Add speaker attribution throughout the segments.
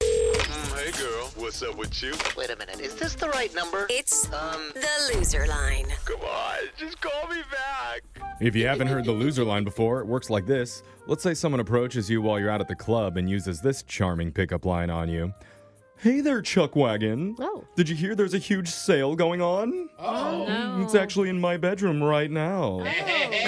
Speaker 1: Mm, Hey girl, what's up with you?
Speaker 2: Wait a minute, is this the right number?
Speaker 3: It's
Speaker 2: Um,
Speaker 3: the loser line.
Speaker 1: Come on, just call me back.
Speaker 4: If you haven't heard the loser line before, it works like this. Let's say someone approaches you while you're out at the club and uses this charming pickup line on you. Hey there, Chuck Wagon.
Speaker 5: Oh.
Speaker 4: Did you hear there's a huge sale going on?
Speaker 5: Oh, no. Oh.
Speaker 4: It's actually in my bedroom right now.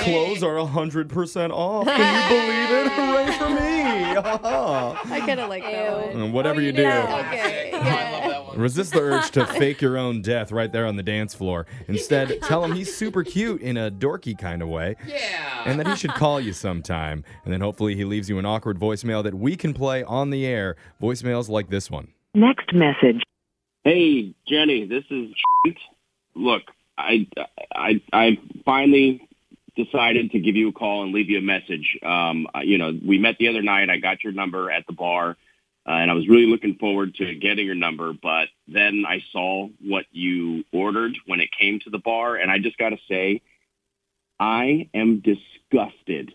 Speaker 4: Clothes are 100% off. Can you believe it? Hooray for me!
Speaker 5: I kind of like that one.
Speaker 4: And whatever
Speaker 5: Oh,
Speaker 4: you, do,
Speaker 5: Okay. Yeah.
Speaker 4: resist the urge to fake your own death right there on the dance floor. Instead, tell him he's super cute in a dorky kind of way. Yeah. And that he should call you sometime. And then hopefully he leaves you an awkward voicemail that we can play on the air. Voicemails like this one.
Speaker 6: Next message.
Speaker 7: Hey Jenny, this is. Look, I I I finally decided to give you a call and leave you a message. Um, I- you know, we met the other night. I got your number at the bar, uh, and I was really looking forward to getting your number. But then I saw what you ordered when it came to the bar, and I just got to say, I am disgusted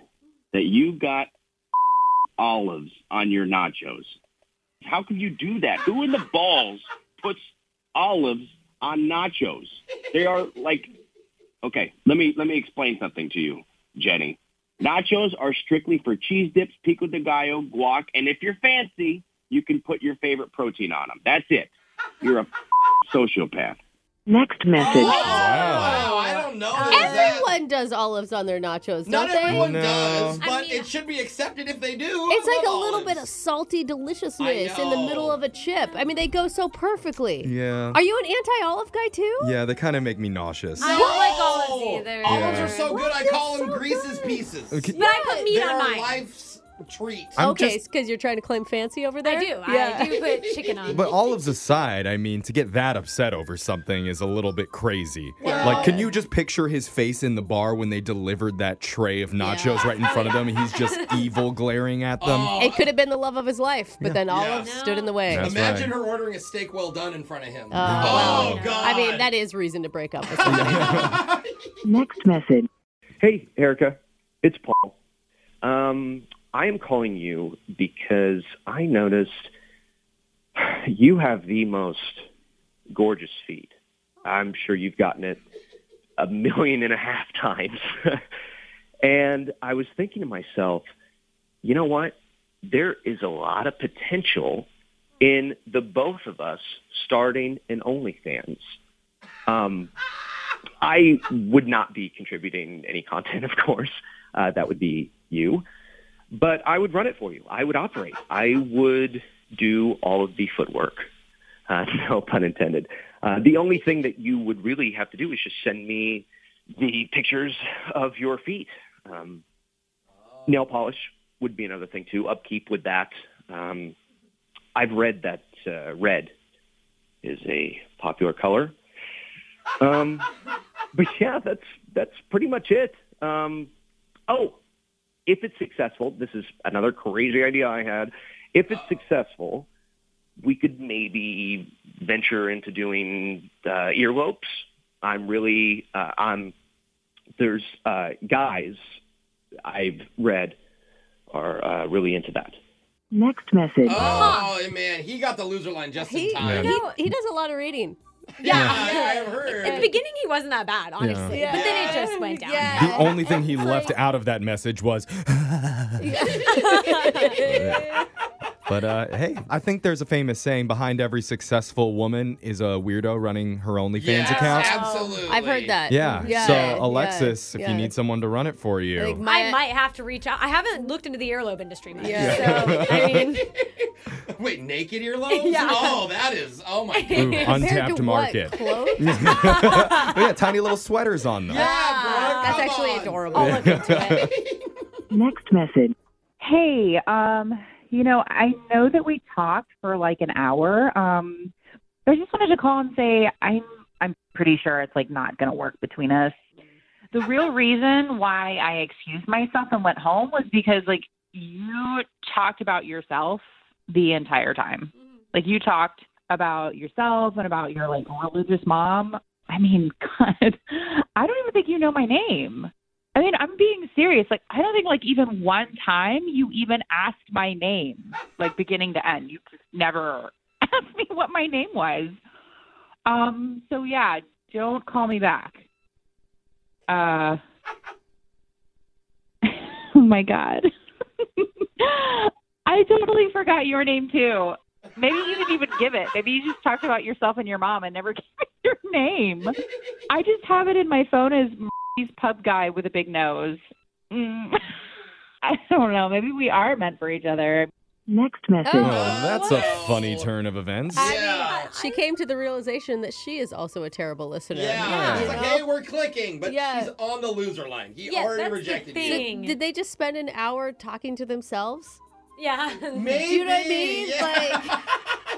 Speaker 7: that you got olives on your nachos. How could you do that? Who in the balls puts olives on nachos? They are like okay, let me let me explain something to you, Jenny. Nachos are strictly for cheese dips, pico de gallo, guac, and if you're fancy, you can put your favorite protein on them. That's it. You're a sociopath.
Speaker 6: Next message.
Speaker 4: Wow.
Speaker 8: Oh, I don't know.
Speaker 5: Um,
Speaker 8: Is that-
Speaker 5: Everyone does olives on their nachos,
Speaker 8: Not
Speaker 5: don't they?
Speaker 8: everyone
Speaker 4: No.
Speaker 8: does,
Speaker 9: I
Speaker 8: but
Speaker 9: mean-
Speaker 8: it should be accepted if they do.
Speaker 5: It's
Speaker 8: I
Speaker 5: like a
Speaker 8: love
Speaker 5: little bit of
Speaker 8: olives.
Speaker 5: salty deliciousness
Speaker 8: I
Speaker 5: in the
Speaker 8: know.
Speaker 5: middle of a chip. I mean, they go so perfectly.
Speaker 4: Yeah.
Speaker 5: Are you an anti-olive guy too?
Speaker 4: Yeah, they kind of make me nauseous.
Speaker 9: I don't like olives either.
Speaker 8: Olives are so
Speaker 5: What?
Speaker 8: good, I
Speaker 5: They're
Speaker 8: call them
Speaker 5: so
Speaker 8: greases
Speaker 5: good.
Speaker 8: pieces.
Speaker 4: Okay.
Speaker 9: But I put meat
Speaker 8: They're
Speaker 9: on mine.
Speaker 8: life's treat.
Speaker 4: I'm
Speaker 5: okay,
Speaker 4: just-
Speaker 5: because you're trying to claim fancy over there.
Speaker 9: I do. I do put chicken on.
Speaker 4: But olives aside, I mean, to get that upset over something is a little bit crazy. Like, can you just picture his face in the bar when they delivered that tray of nachos right in front of him? and He's just evil glaring at them.
Speaker 5: It could have been the love of his life, but then olives
Speaker 9: No.
Speaker 5: stood in the way.
Speaker 4: That's
Speaker 8: Imagine
Speaker 4: right.
Speaker 8: her ordering a steak well done in front of him.
Speaker 5: Oh,
Speaker 8: oh
Speaker 5: well,
Speaker 8: God!
Speaker 5: I mean, that is reason to break up. with someone.
Speaker 6: Next message.
Speaker 10: Hey, Erica, it's Paul. Um, I am calling you because I noticed you have the most gorgeous feet. I'm sure you've gotten it a million and a half times. and I was thinking to myself, you know what? There is a lot of potential in the both of us starting an OnlyFans. Um, I would not be contributing any content, of course. Uh, that would be you. But I would run it for you. I would operate. I would do all of the footwork. Uh, no pun intended. Uh, the only thing that you would really have to do is just send me the pictures of your feet. Um, nail polish would be another thing too. Upkeep with that. Um, I've read that uh, red is a popular color. Um, but yeah, that's that's pretty much it. Um, oh, if it's successful, this is another crazy idea I had. If it's successful, we could maybe venture into doing uh, earlobes. I'm really uh, I'm there's uh, guys I've read are uh, really into that.
Speaker 6: Next message.
Speaker 8: Oh man, he got the loser line just
Speaker 5: he,
Speaker 8: in time.
Speaker 5: he, he does a lot of reading.
Speaker 9: yeah.
Speaker 8: Yeah, I've
Speaker 9: At the
Speaker 8: heard.
Speaker 9: beginning, he wasn't that bad, honestly.
Speaker 5: Yeah.
Speaker 9: But then it
Speaker 5: Yeah.
Speaker 9: just went down.
Speaker 5: Yeah.
Speaker 4: The only thing he left out of that message was. but uh, hey, I think there's a famous saying behind every successful woman is a weirdo running her OnlyFans
Speaker 8: Yes,
Speaker 4: account.
Speaker 8: absolutely.
Speaker 5: Oh, I've heard that.
Speaker 4: Yeah.
Speaker 5: yeah,
Speaker 4: So, Alexis, if
Speaker 5: yeah.
Speaker 4: you need someone to run it for you.
Speaker 5: Like
Speaker 9: I
Speaker 5: my,
Speaker 9: might have to reach out. I haven't looked into the earlobe industry much.
Speaker 5: Yeah.
Speaker 9: So, I mean,
Speaker 8: Wait, naked earlobes?
Speaker 9: Yeah.
Speaker 8: Oh, that is. Oh my God.
Speaker 4: Ooh,
Speaker 5: compared
Speaker 4: untapped
Speaker 5: to
Speaker 4: market.
Speaker 5: What, clothes?
Speaker 4: yeah, tiny little sweaters on them.
Speaker 8: Yeah, bro,
Speaker 5: That's
Speaker 8: come
Speaker 5: actually
Speaker 8: on.
Speaker 5: adorable. Oh,
Speaker 4: Oh,
Speaker 9: I'll look into it.
Speaker 6: Next message.
Speaker 11: Hey, um, you know, I know that we talked for like an hour. Um, but I just wanted to call and say I'm I'm pretty sure it's like not going to work between us. The real reason why I excused myself and went home was because like you talked about yourself the entire time. Like you talked about yourself and about your like religious mom. I mean, God, I don't even think you know my name. I mean, I'm being serious. Like, I don't think like even one time you even asked my name, like beginning to end. You just never. asked me what my name was. Um, so yeah, don't call me back. Uh, oh my god, I totally forgot your name too. Maybe you didn't even give it. Maybe you just talked about yourself and your mom and never gave me your name. I just have it in my phone as Marty's pub guy with a big nose. Mm. I don't know. Maybe we are meant for each other.
Speaker 6: Next message.
Speaker 4: Oh, that's a funny turn of events.
Speaker 5: I mean, she came to the realization that she is also a terrible listener.
Speaker 8: Yeah. He's
Speaker 5: You
Speaker 8: like,
Speaker 5: know?
Speaker 8: hey, we're clicking, but
Speaker 5: Yeah.
Speaker 8: he's on the loser line. He
Speaker 5: Yeah,
Speaker 8: already
Speaker 5: that's the
Speaker 8: rejected
Speaker 5: Did, did they just spend an hour talking to themselves?
Speaker 9: Yeah.
Speaker 8: Maybe.
Speaker 5: Do you know what I mean?
Speaker 8: yeah.
Speaker 5: Like,
Speaker 8: you.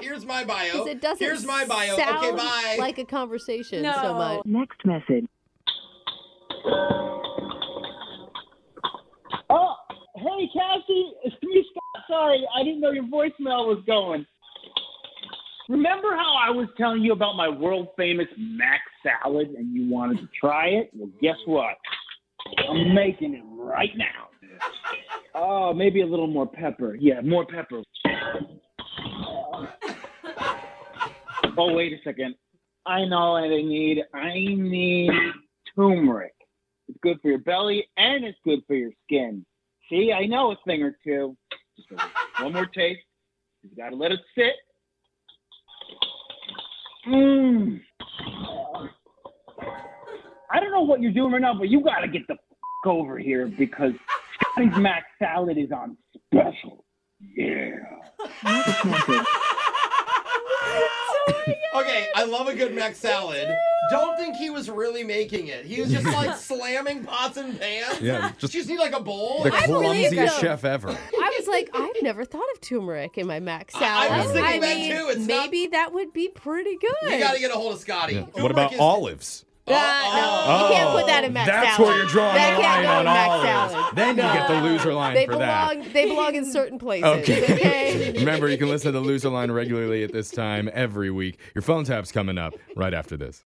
Speaker 8: Here's my bio.
Speaker 5: 'cause it doesn't
Speaker 8: Here's my bio.
Speaker 5: sound
Speaker 8: Okay, bye.
Speaker 5: like a conversation so
Speaker 6: No.
Speaker 5: much.
Speaker 6: Next message.
Speaker 3: Oh, hey, Cassie, it's me, Scott. Sorry, I didn't know your voicemail was going. Remember how I was telling you about my world famous mac salad and you wanted to try it? Well, guess what? I'm making it right now. Oh, maybe a little more pepper. Yeah, more pepper. Oh, wait a second. I know what I need. I need turmeric. It's good for your belly and it's good for your skin. See, I know a thing or two. Just a- one more taste. You gotta let it sit. Mmm. I don't know what you're doing right now, but you gotta get the f- over here because Scotty's Mac salad is on special. Yeah.
Speaker 6: Next message.
Speaker 8: Okay, I love a good mac salad. Don't think he was really making it. He was just like slamming pots and pans.
Speaker 4: Yeah, just
Speaker 8: She just need like a bowl.
Speaker 4: the
Speaker 8: I believe
Speaker 4: clumsiest
Speaker 8: him.
Speaker 4: chef ever.
Speaker 5: I was like, I've never thought of turmeric in my mac
Speaker 8: I-
Speaker 5: salad.
Speaker 8: I was thinking that
Speaker 5: mean,
Speaker 8: too. It's not-
Speaker 5: maybe that would be pretty good.
Speaker 8: You gotta get a hold of Scotty. Turmeric
Speaker 4: What about
Speaker 8: is-
Speaker 4: olives?
Speaker 8: Oh.
Speaker 5: Uh, no, you can't put that in mac salad.
Speaker 4: that's where you're drawing
Speaker 5: That
Speaker 4: the line
Speaker 5: can't go in
Speaker 4: on
Speaker 5: mac
Speaker 4: olives.
Speaker 5: salad.
Speaker 4: Then you get the loser line
Speaker 5: they
Speaker 4: for that.
Speaker 5: belong, They belong in certain places.
Speaker 4: Okay.
Speaker 5: okay?
Speaker 4: Remember, you can listen to Loser Line regularly at this time every week. Your phone tap's coming up right after this.